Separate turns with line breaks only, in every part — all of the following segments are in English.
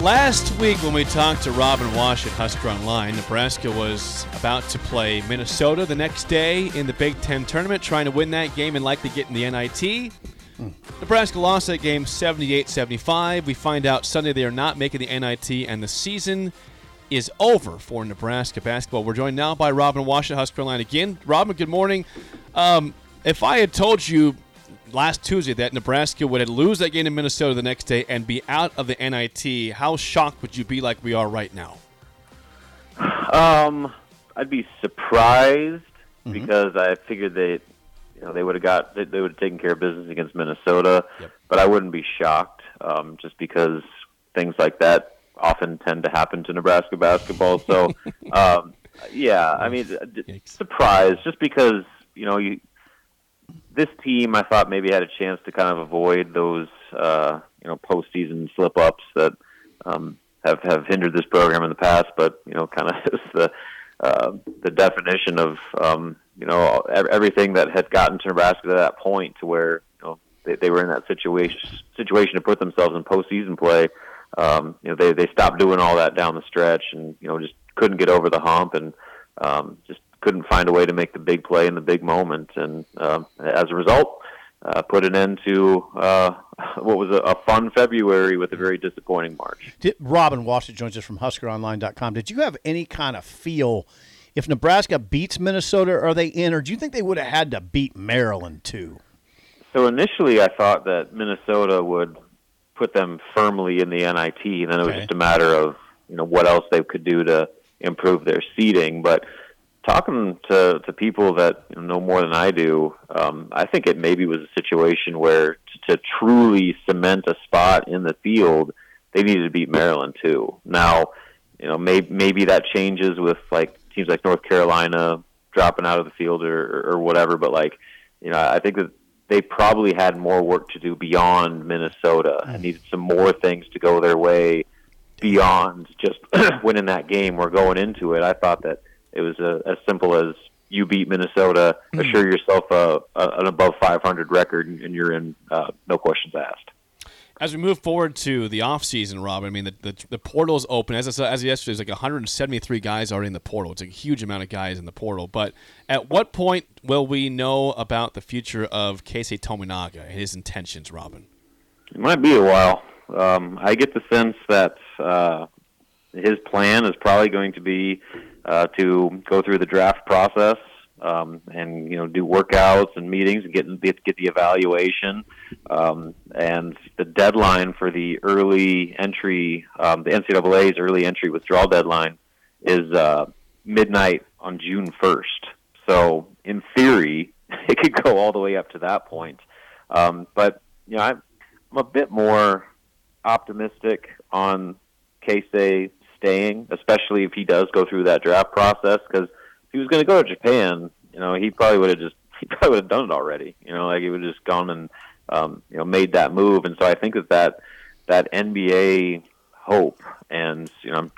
Last week, when we talked to Robin Wash at Husker Online, Nebraska was about to play Minnesota the next day in the Big Ten tournament, trying to win that game and likely get in the NIT. Nebraska lost that game 78 75. We find out Sunday they are not making the NIT, and the season is over for Nebraska basketball. We're joined now by Robin Wash at Husker Online again. Robin, good morning. Um, if I had told you last Tuesday that Nebraska would lose that game to Minnesota the next day and be out of the NIT, how shocked would you be like we are right now?
Um, I'd be surprised
Mm-hmm.
because I figured they, you know, they would have got they, they would have taken care of business against Minnesota,
Yep.
but I wouldn't be shocked um, just because things like that often tend to happen to Nebraska basketball. So, um, yeah, I mean, d-
Yikes.
surprised just because you know you this team I thought maybe had a chance to kind of avoid those uh, you know postseason slip ups that um, have have hindered this program in the past, but you know kind of is the uh, the definition of um, you know ev- everything that had gotten to Nebraska to that point to where you know they, they were in that situation situation to put themselves in postseason play. Um, you know they they stopped doing all that down the stretch and you know just couldn't get over the hump and um, just couldn't find a way to make the big play in the big moment. And um, as a result, uh, put an end to uh, what was a, a fun February with a very disappointing March.
Did, Robin Washington joins us from HuskerOnline.com. Did you have any kind of feel if Nebraska beats Minnesota, are they in, or do you think they would have had to beat Maryland too?
So initially, I thought that Minnesota would put them firmly in the NIT, and then it was
Okay.
just a matter of you know what else they could do to improve their seeding. But talking to to people that know more than I do, um, I think it maybe was a situation where to, to truly cement a spot in the field, they needed to beat Maryland too. Now, you know, maybe maybe that changes with like teams like North Carolina dropping out of the field or, or whatever. But like, you know, I think that they probably had more work to do beyond Minnesota and needed some more things to go their way beyond just winning that game or going into it. I thought that it was uh as simple as you beat Minnesota, assure yourself a, a, an above 500 record, and you're in, uh, no questions asked.
As we move forward to the offseason, Rob, I mean, the, the, the portal is open. As I said, as of yesterday, there's like 173 guys already in the portal. It's a huge amount of guys in the portal. But at what point will we know about the future of Casey Tominaga and his intentions, Robin?
It might be a while. Um, I get the sense that uh, his plan is probably going to be uh, to go through the draft process um, and you know do workouts and meetings and get get, get the evaluation um, and the deadline for the early entry, um, the NCAA's early entry withdrawal deadline is uh, midnight on June 1st. So in theory, it could go all the way up to that point. Um, but you know, I'm, I'm a bit more optimistic on Casey staying, especially if he does go through that draft process. Because if he was going to go to Japan, you know, he probably would have just he probably would have done it already. You know, like he would have just gone and um, you know made that move. And so I think that that that NBA hope, and you know,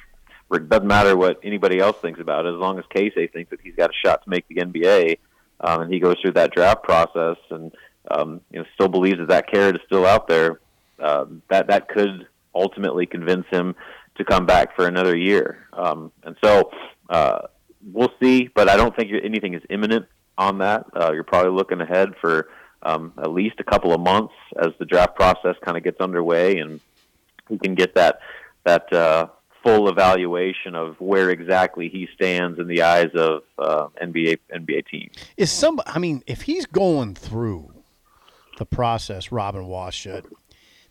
it doesn't matter what anybody else thinks about it, as long as Casey thinks that he's got a shot to make the NBA, um, and he goes through that draft process and um, you know still believes that that carrot is still out there, uh, that that could ultimately convince him to come back for another year. Um, and so uh, we'll see, but I don't think anything is imminent on that. Uh, you're probably looking ahead for um, at least a couple of months as the draft process kind of gets underway and he can get that that uh, full evaluation of where exactly he stands in the eyes of uh, NBA NBA teams.
Is some? I mean, if he's going through the process, Robin Washut,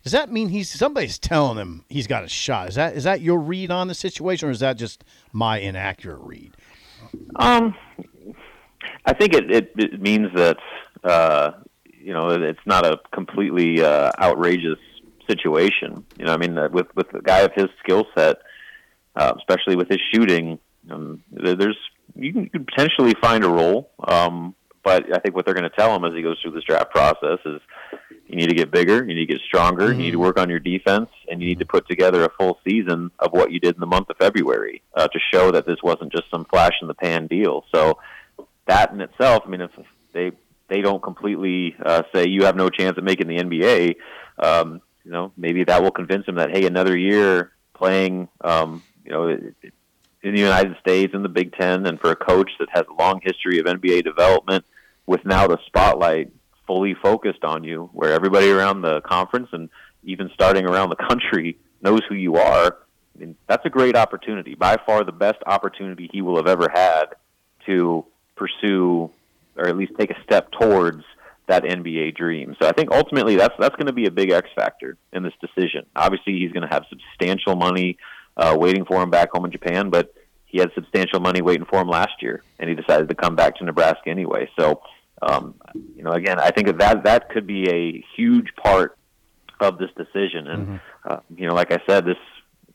does that mean he's somebody's telling him he's got a shot? Is that is that your read on the situation, or is that just my inaccurate read?
Um, I think it, it, it means that uh, you know it's not a completely uh, outrageous situation. You know, I mean, uh, with with a guy of his skill set, uh, especially with his shooting, um, there- there's you can, you can potentially find a role. Um, But I think what they're going to tell him as he goes through this draft process is you need to get bigger, you need to get stronger, you need to work on your defense, and you need to put together a full season of what you did in the month of February uh, to show that this wasn't just some flash in the pan deal. So that in itself, I mean, if they they don't completely uh, say you have no chance of making the NBA, um, you know, maybe that will convince him that hey, another year playing, um, you know, in the United States in the Big Ten, and for a coach that has a long history of NBA development, with now the spotlight fully focused on you, where everybody around the conference and even starting around the country knows who you are. I mean, that's a great opportunity, by far the best opportunity he will have ever had to pursue or at least take a step towards that NBA dream. So I think ultimately that's that's going to be a big X factor in this decision. Obviously, he's going to have substantial money uh, waiting for him back home in Japan, but he had substantial money waiting for him last year, and he decided to come back to Nebraska anyway. So, um, you know, again, I think that that could be a huge part of this decision. And uh, you know, like I said, this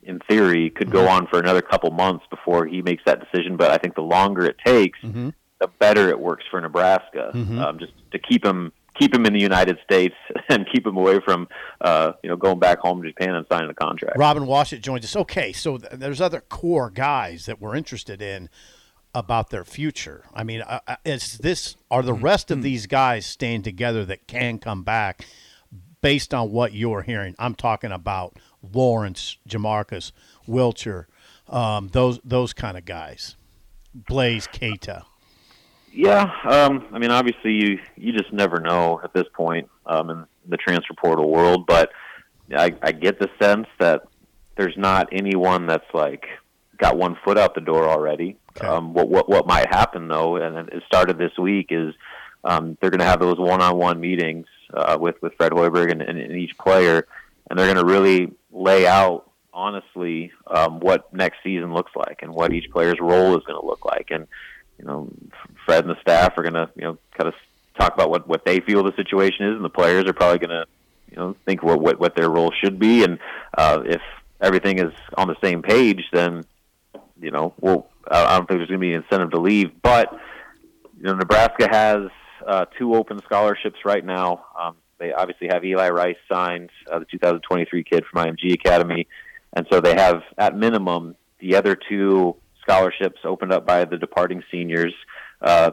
in theory could go on for another couple months before he makes that decision. But I think the longer it takes, the better it works for Nebraska, um, just to keep him keep him in the United States and keep him away from uh, you know going back home to Japan and signing a contract.
Robin Washit joins us. Okay, so th- there's other core guys that we're interested in about their future. I mean, uh, uh, is this are the rest of these guys staying together that can come back based on what you're hearing? I'm talking about Lawrence, Jamarcus, Wilcher, um, those those kind of guys. Blaze Keita.
Yeah, um, I mean, obviously, you you just never know at this point um, in the transfer portal world. But I, I get the sense that there's not anyone that's like got one foot out the door already. Um, what what what might happen though, and it started this week, is um, they're going to have those one-on-one meetings uh, with with Fred Hoiberg and, and, and each player, and they're going to really lay out honestly um, what next season looks like and what each player's role is going to look like and you know, Fred and the staff are going to, you know, kind of talk about what, what they feel the situation is, and the players are probably going to, you know, think what, what, what their role should be. And uh, if everything is on the same page, then, you know, well, I I don't think there's going to be an incentive to leave. But, you know, Nebraska has uh, two open scholarships right now. Um, they obviously have Eli Rice signed, uh, the 2023 kid from IMG Academy. And so they have, at minimum, the other two scholarships opened up by the departing seniors. Uh,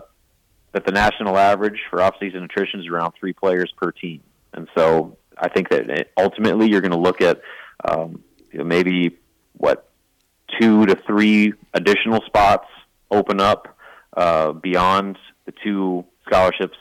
but the national average for offseason attrition is around three players per team. And so I think that it- ultimately you're going to look at um, you know, maybe, what, two to three additional spots open up uh, beyond the two scholarships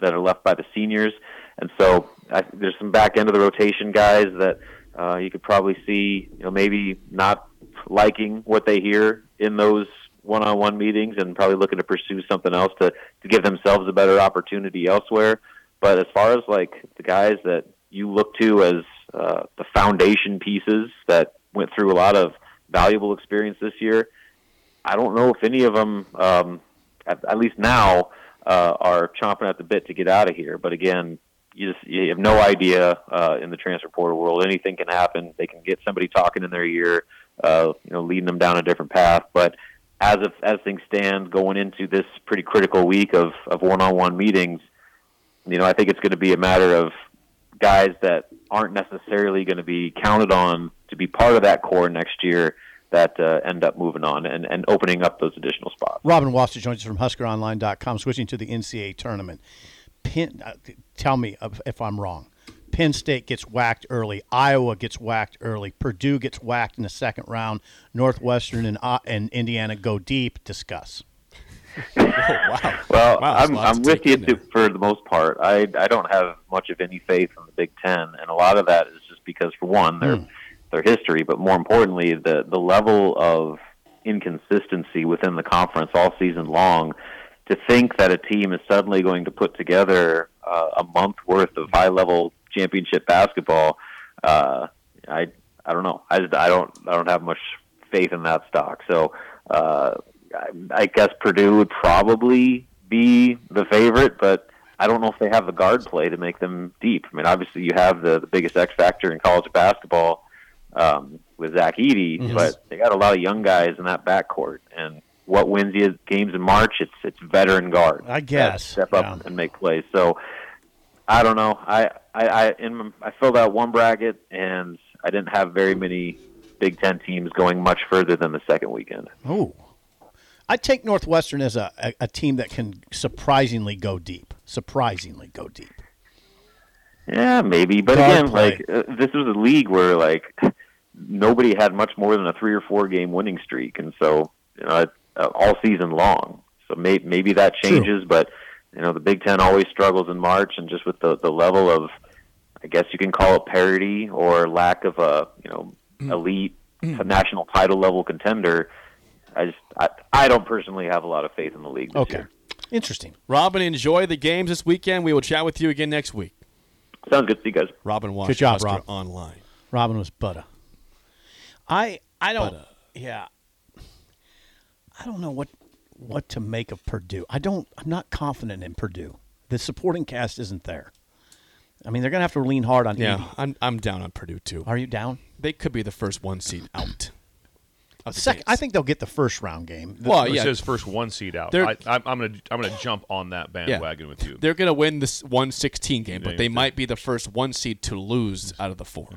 that are left by the seniors. And so I, there's some back end of the rotation guys that uh, you could probably see, you know, maybe not liking what they hear in those one-on-one meetings and probably looking to pursue something else to, to give themselves a better opportunity elsewhere. But as far as like the guys that you look to as uh, the foundation pieces that went through a lot of valuable experience this year, I don't know if any of them, um, at, at least now, uh, are chomping at the bit to get out of here. But again, you just you have no idea uh, in the transfer portal world. Anything can happen. They can get somebody talking in their ear, uh, you know, leading them down a different path. But as of, as things stand, going into this pretty critical week of of one-on-one meetings, you know, I think it's going to be a matter of guys that aren't necessarily going to be counted on to be part of that core next year that uh, end up moving on and, and opening up those additional spots.
Robin Washington joins us from HuskerOnline.com. Switching to the NCAA tournament, Penn, uh, tell me if- if I'm wrong. Penn State gets whacked early. Iowa gets whacked early. Purdue gets whacked in the second round. Northwestern and uh, and Indiana go deep. Discuss.
Oh, wow.
Well,
Wow, there's
I'm,
lots
I'm
to
with
take
you
in there.
to, for the most part. I I don't have much of any faith in the Big Ten, and a lot of that is just because, for one, their
Hmm.
their history, but more importantly, the the level of inconsistency within the conference all season long. To think that a team is suddenly going to put together uh, a month worth of high level championship basketball, uh, I I don't know. I just I don't I don't have much faith in that stock. So. Uh, I, I guess Purdue would probably be the favorite, but I don't know if they have the guard play to make them deep. I mean, obviously you have the, the biggest X factor in college basketball um, with Zach Eady, but they got a lot of young guys in that backcourt, and what wins you games in March. It's it's veteran guard.
I guess,
step up
yeah.
and make plays. So I don't know. I I I, in, I filled out one bracket and I didn't have very many Big Ten teams going much further than the second weekend.
Oh, I take Northwestern as a, a, a team that can surprisingly go deep. Surprisingly go deep.
Yeah, maybe. But
Guard
again,
play.
like uh, this was a league where like nobody had much more than a three or four game winning streak, and so you know it- uh, all season long. So may, maybe that changes, but you know the Big Ten always struggles in March, and just with the the level of, I guess you can call it parity or lack of a you know
Mm.
elite national title level contender. I just I, I don't personally have a lot of faith in the league this
Okay,
year.
interesting.
Robin, enjoy the games this weekend. We will chat with you again next week.
Sounds good. See you guys.
Robin Wash,
Good job,
Husker
Rob.
Online.
Robin was butter. I I don't
uh,
yeah. I don't know what what to make of Purdue. I don't I'm not confident in Purdue. The supporting cast isn't there. I mean, they're going to have to lean hard on
Yeah,
Edie.
I'm, I'm down on Purdue too.
Are you down?
They could be the first one seed out. of the
Second,
gates.
I think they'll get the first round game.
Well,
It
yeah,
says first one seed out.
They're-
I, I'm, I'm gonna I'm gonna jump on that bandwagon with you.
they're going to win this 116 game, but
They-
they
they-
might be the first one seed to lose out of the four.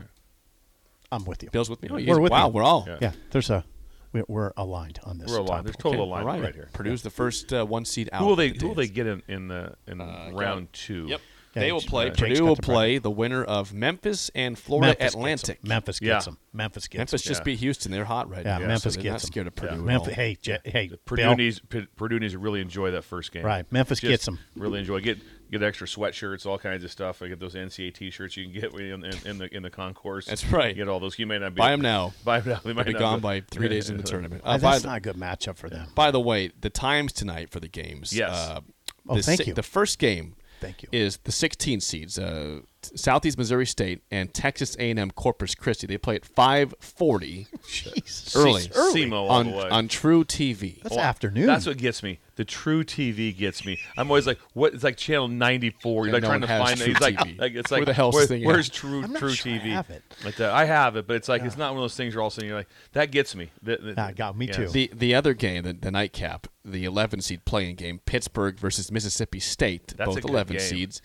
I'm with you.
Bill's with me. Oh,
We're
we're
with
wow,
you.
we're all
Yeah.
Yeah, there's a we're, we're aligned on this.
We're aligned. There's
topic.
total
All
alignment right. here.
Purdue's the first uh, one seed out.
Who will they
of the
Who will they
dance.
get in in the in round two?
Yep.
Yeah,
they will
Jake's-
play.
Jake's
Purdue
got
will
the bracket.
play the winner of Memphis and Florida
Memphis gets 'em.
Atlantic.
Memphis
Yeah.
gets them. Memphis gets 'em.
Memphis just
Yeah.
beat Houston. They're hot right
Yeah,
now.
Memphis
so they're
gets
not
them.
scared of Purdue. at
Memphis,
all.
hey, J- hey,
Purdue
Bill,
needs P- Purdue needs to really enjoy that first game.
Right. Memphis
Just
gets 'em.
Really enjoy. Get get extra sweatshirts, all kinds of stuff. I get those NCAA T-shirts you can get in, in, in the in the concourse.
That's right.
Get all those. You may not be
Buy 'em now.
Buy them now. They might
They'll be
not-
gone by three days in the tournament. Uh,
Uh,
by,
that's
the,
not a good matchup for them.
by the way, the times tonight for the games.
Yes.
Uh,
Oh,
the,
thank
si-
you.
The first game.
Thank you.
Is the 16 seeds, uh, t- Southeast Missouri State and Texas A&M Corpus Christi. They play at 5:40
Jeez.
early,
SEMO all
on
the way.
on True TV.
That's afternoon.
That's what gets me. The True TV gets me. I'm always like, what? It's like channel 94. You're
Yeah,
like
no
trying
one
to
has
find.
True
it's like,
TV.
like it's
Where
like
the hell's
where-
this thing at?
Where's True
I'm not
True
sure I
TV?
have it.
But, uh, I have it, but it's like it's not one of those things where all of a sudden you're like, that gets me. That, that-
Nah, got me too.
The the other game, the, the nightcap, the 11 seed playing game, Pittsburgh versus Mississippi State,
That's a
both
good
11
game.
seeds,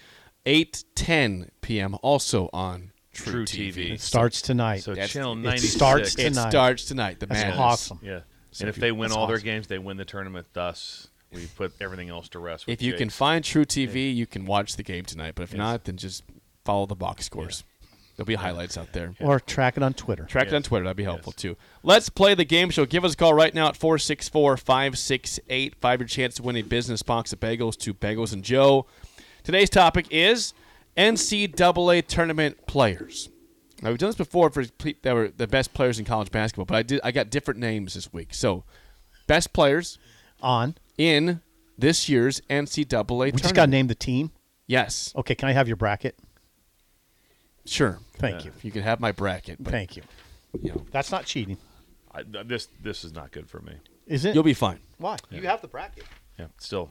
8 10 p.m. also on True,
True
TV.
TV.
It starts tonight.
So
That's-
channel
it
96.
starts
It
Tonight.
starts tonight. The
That's
madness.
awesome.
Yeah.
So
and
if
if
you-
they win
that's
all their
awesome.
games, they win the tournament. Thus, we put everything else to rest. with
If you can
Jake's.
find True TV, you can watch the game tonight. But if not, then just follow the box scores. There'll be highlights out there.
or track it on Twitter.
Track it on Twitter. That'd be helpful too. Let's play the game show. Give us a call right now at 464 568 5 your chance to win a business box of bagels to Bagels and Joe. Today's topic is NCAA tournament players. Now we've done this before for ple- that were the best players in college basketball, but I did I got different names this week. So best players
on.
in this year's NCAA tournament.
We just got to name the team.
Yes,
Okay, can I have your bracket?
sure.
Thank you.
If you could have my bracket, but
Thank you.
you know,
That's not cheating,
I, this this is not good for me.
is it?
you'll be fine.
Why? You have the bracket.
Yeah. Still.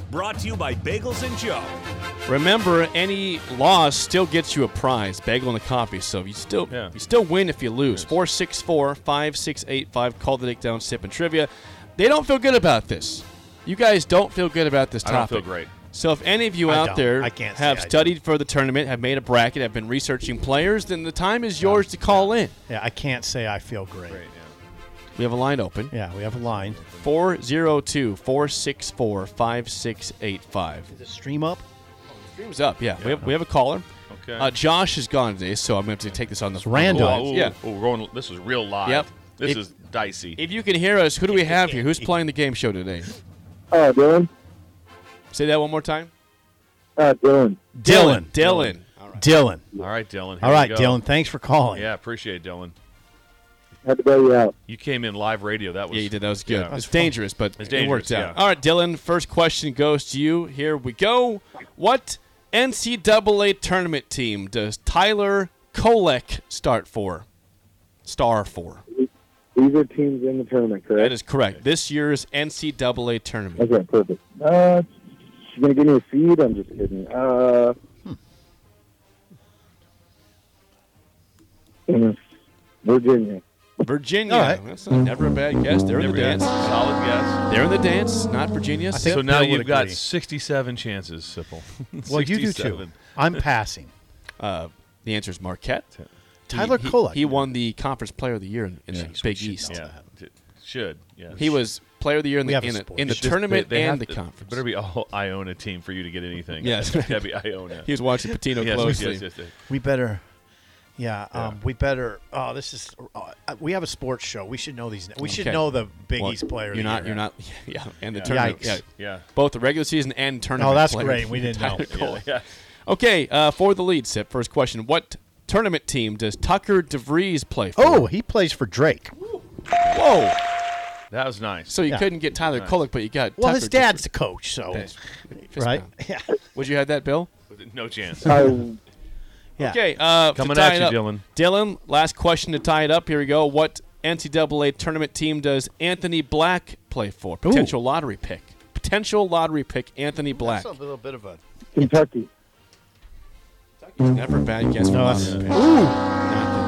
Brought to you by Bagels and Joe.
Remember, any loss still gets you a prize, bagel and a coffee. So you still
Yeah.
you still win if you lose. 464 5685. Call the dick down, sip and trivia. They don't feel good about this. You guys don't feel good about this
I
topic.
don't feel great.
So if any of you
I
out
don't.
there
I can't say
have
I do.
studied for the tournament, have made a bracket, have been researching players, then the time is yours to call in.
Yeah, I can't say I feel great.
Right,
We have a line open.
Yeah, we have a line.
402 464 5685.
Is it stream up?
Stream's up, yeah. We, have, we have a caller.
Okay.
Uh, Josh is gone today, so I'm going to have to take this on the
It's random.
Oh, oh,
Yeah.
oh, we're going. This is real live.
Yep.
This
If-
is dicey.
If you can hear us, who do we have here? Who's playing the game show today?
Uh, Dylan.
Say that one more time.
Uh, Dylan.
Dylan.
Dylan.
Dylan.
all right, Dylan. here
All
we
right,
go.
Dylan. Thanks for calling.
Yeah, appreciate it, Dylan.
Had to bail you out.
You came in live radio. That was
Yeah, you did. That was good.
Yeah.
It's dangerous, but
It's
it worked
dangerous,
out.
yeah.
All right, Dylan. First question goes to you. Here we go. What NCAA tournament team does Tyler Kolek start for? Star for.
These are teams in the tournament, correct?
That is correct. This year's NCAA tournament.
Okay, perfect. Uh, she's gonna give me a seed. I'm just kidding. Uh, in hmm. Virginia.
Virginia.
All right.
That's not- never a bad guess. They're in the
Never guess.
dance.
Solid guess.
They're in the dance. Not Virginia.
think-
So now
Bill would
you've got
agree.
67 chances, Sipple.
Well, you do too.
67.
I'm passing.
uh, the answer is Marquette.
Tyler
he,
Kolek.
He, won the Conference Player of the Year in, in the Big East.
Yeah, it should. Yeah,
He was Player of the Year in
We
the,
have a
in, the-
sport.
in the
It's
Just-
tournament
they- they have
and the
to-
conference.
Better be a whole Iona team for you to get anything.
Yes.
that'd be Iona.
He was watching Patino
yes, yes,
closely.
yes, yes, yes.
We better. Yeah, um, we better. Oh, this is. Uh, we have a sports show. We should know these. We should
Okay.
know the Big
Well,
East player. of
You're
the
not.
year.
You're not. Yeah, and the
Yeah.
tournament.
Yikes.
Yeah.
Yeah.
Both the regular season and tournament.
Oh, that's
players.
great. We didn't know.
Tyler Cole.
Yeah.
Okay, uh, for the lead, Sip. First question: What tournament team does Tucker DeVries play for?
Oh, he plays for Drake.
whoa!
That was nice.
So you
Yeah.
couldn't get Tyler
Nice.
Kolek, but you got
Well,
Tucker
his dad's the coach, so
DeVries. Fist
right.
pound.
Yeah.
Would you have that, Bill?
no chance.
I
yeah.
Okay, uh,
Coming
to tie
at
it
you,
up-
Dylan.
Dylan, last question to tie it up. Here we go. What NCAA tournament team does Anthony Black play for? Potential lottery pick. Potential lottery pick. Anthony Black.
little bit of a.
Kentucky.
Never a bad guess. for
No,
lottery
that's-
pick.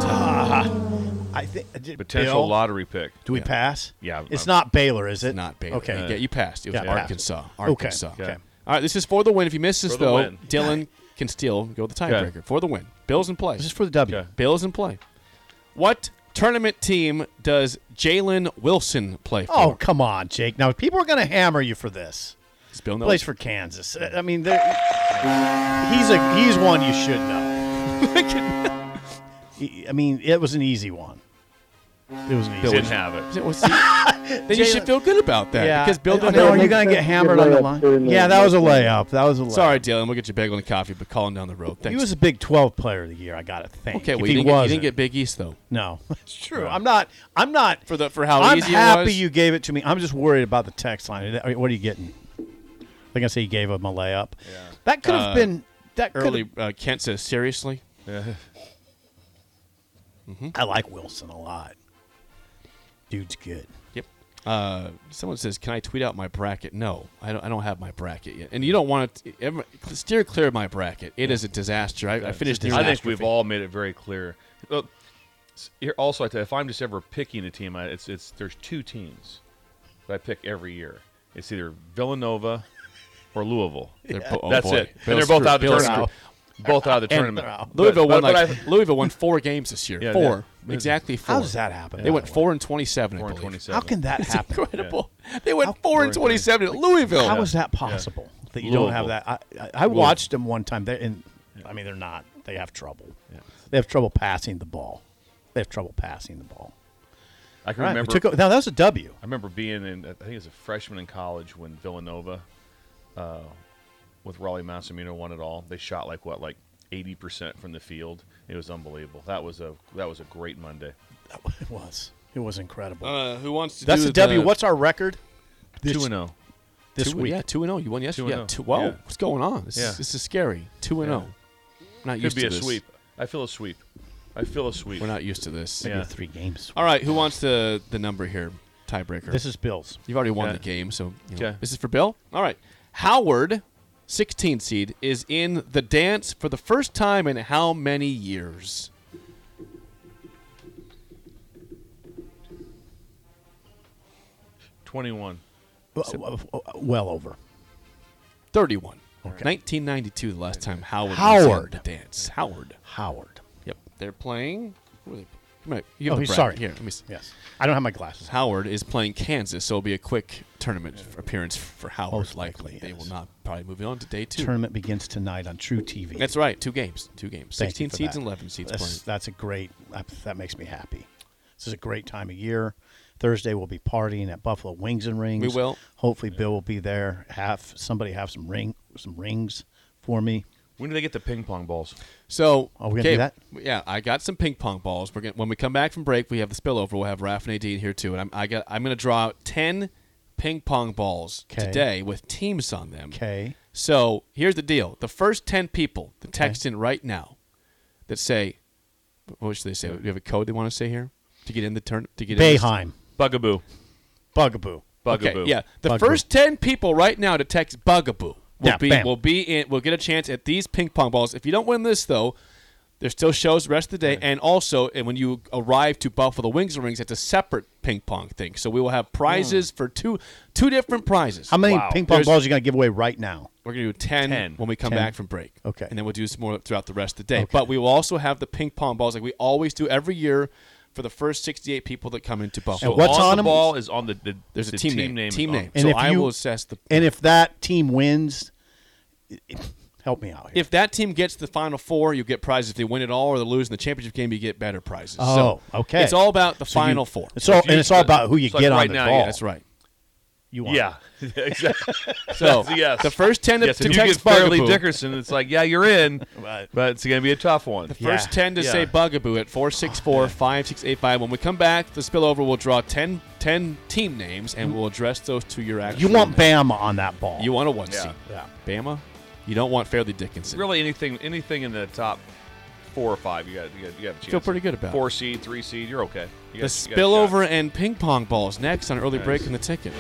I think
Potential
Bill,
lottery pick.
Do we pass?
Yeah,
It's
I'm-
not Baylor, is it?
Not Baylor.
Okay.
Okay, yeah, you passed. It was
Yeah, I passed.
Arkansas. Arkansas.
Okay.
Okay.
All right, this is for the win. If you miss this
For the
though,
win.
Dylan can still go the tiebreaker for the win. Bills in play.
This is for the W.
Okay.
Bills in play. What tournament team does Jalen Wilson play for?
Oh, come on, Jake. Now people are going to hammer you for this.
Does Bill knows.
Plays for Kansas. Uh, I I mean, they're- he's a he's one you should know. I mean, it was an easy one. It was an easy.
Didn't
one.
have it.
Well, see, then you should feel good about that
Yeah.
because Bill didn't.
No,
know-
are you going to get hammered on the line? Yeah, that was a layup. That was a layup.
Sorry, Dylan. We'll get you bagel and coffee, but call him down the road. Thanks.
He was a Big 12 player of the year. I got to think.
okay.
If
Well,
he
you didn't, get, you
wasn't-
didn't get Big East though.
No, it's true. I'm not. I'm not
For the for how
I'm
easy it
happy
was.
you gave it to me. I'm just worried about the text line. I mean, What are you getting? Like I say, you gave him a layup. That could have
Uh,
been that could
early. Uh, Kent says seriously.
have- I like Wilson a lot. Dude's good.
Yep. Uh, someone says, "Can I tweet out my bracket?" No, I don't. I don't have my bracket yet, and you don't want to ever, steer clear of my bracket. It is a disaster. I, I finished.
I think
disaster
we've all made it very clear. Look, s- here also, I tell you, if I'm just ever picking a team, I, it's it's there's two teams that I pick every year. It's either Villanova or Louisville.
They're bo- oh,
That's
boy.
it.
Bill's
and they're both
screwed.
out of the
Bill's
tournament. Both out of the
And
tournament.
Louisville
But-
won like
but- but I-
Louisville won four games this year.
Yeah,
four,
yeah.
exactly four.
How does that happen?
They
by
went
the way?
four and twenty-seven.
Four
I
and
believe.
27.
How can that happen?
Incredible. They went four
How-
and
Four and
twenty-seven at Louisville.
How is that possible that you don't have that? I, I, I watched them one time. They and I mean they're not. They have trouble. They have trouble passing the ball. They have trouble passing the ball.
I can
All right, we
remember.
took o- now that's a W.
I remember being in, I think it was a freshman in college when Villanova, uh, with Raleigh Massimino won it all. They shot like what, like eighty percent from the field. It was unbelievable. That was a that was a great Monday.
It was. It was incredible.
Uh, who wants to?
that's
do
a W.
the-
What's our record
Two and
oh.
zero.
this
two,
week?
Yeah, two and zero. You won yesterday.
and
yeah,
oh.
two, whoa,
Yeah.
what's going on? This,
Yeah.
is, this is scary. Two and
Yeah.
zero. I'm not
Could
used
be
to
a
this.
sweep. I feel a sweep. I feel a sweep.
We're not used to this.
Yeah.
three games.
All right, who wants the the number here? Tiebreaker.
This is Bills.
You've already won
Yeah.
the game, so you know.
Okay.
this is for Bill. All right, Howard, 16 seed, is in the dance for the first time in how many years?
Twenty one.
Well, well over.
31. 1992, the last time Howard, was in
Howard.
the dance. Howard.
Howard.
Yep, they're playing. Who are they- Come here, you have
Oh,
the bracket.
he's sorry.
Here, let me see.
Yes. I don't have my glasses.
Howard is playing Kansas, so it'll be a quick tournament f- appearance for Howard.
Most
likely,
likely,
they
yes.
will not probably move on to day two.
Tournament begins tonight on True TV.
That's right, two games, two games,
Thank you
16
for
seeds
that.
and 11 seeds
That's,
playing.
that's a great. That, that makes me happy. This is a great time of year. Thursday we'll be partying at Buffalo Wings and Rings.
We will.
Hopefully Bill will be there. Have somebody have some ring some rings for me.
When do they get the ping pong balls?
So,
Are we Oh, gonna do
okay,
that?
Yeah, I got some ping pong balls. We're gonna, when we come back from break, we have the spillover. We'll have Raph and AD in here too, and I'm I got I'm going to draw out ten ping pong balls
'Kay.
today with teams on them.
Okay.
So here's the deal: the first ten people that text in right now that say, what should they say? Do you have a code they want to say here to get in the turn to get in? this-
Bayheim.
Bugaboo.
Bugaboo.
Bugaboo.
Okay, yeah. The
Bugaboo.
first ten people right now to text Bugaboo will
Yeah,
be
bam.
will be in will get a chance at these ping pong balls. If you don't win this though, there still shows the rest of the day, and also and when you arrive to Buffalo Wings and Rings, it's a separate ping pong thing. So we will have prizes for two two different prizes.
Hmm. How many ping pong
There's-
balls are you going to give away right now?
We're gonna do 10,
10.
when we come
10.
back from break.
Okay.
and then we'll do some more throughout the rest of the day. But we will also have the ping pong balls like we always do every year for the first sixty eight people that come into Buffalo.
And what's
on,
on
the
'em?
ball is on the, the
There's a
the
team, name.
is
Team
on.
name.
And
so
if
I
you-
will assess the
And if that team wins, help me out here.
if that team gets to the final four, you get prizes. If they win it all or they lose in the championship game, you get better prizes.
Oh,
so
okay.
It's all about the
So you-
final four.
It's all,
If you-
and it's all about who you
it's like
get
right
on the
now,
ball.
yeah,
That's right.
You want.
Yeah, exactly.
So
yes.
the first ten to,
yes,
to
if you get
text
Fairleigh
Bugaboo,
Dickerson, it's like, yeah, you're in,
Right.
but it's going to be a tough one.
the first
Yeah.
ten to
Yeah.
say Bugaboo at 464-5685. When we come back, the spillover will draw 10, 10 team names, and we'll address those to your actual.
You want
name.
Bama on that ball.
You want a one
Yeah.
seed.
Yeah.
Bama. You don't want Fairleigh Dickinson.
Really, anything, anything in the top four or five, you got, you got, you have a chance.
Feel pretty good about it.
four seed, three seed. You're okay.
The
You got- you got a shot.
spillover and ping pong balls next on early break in the ticket.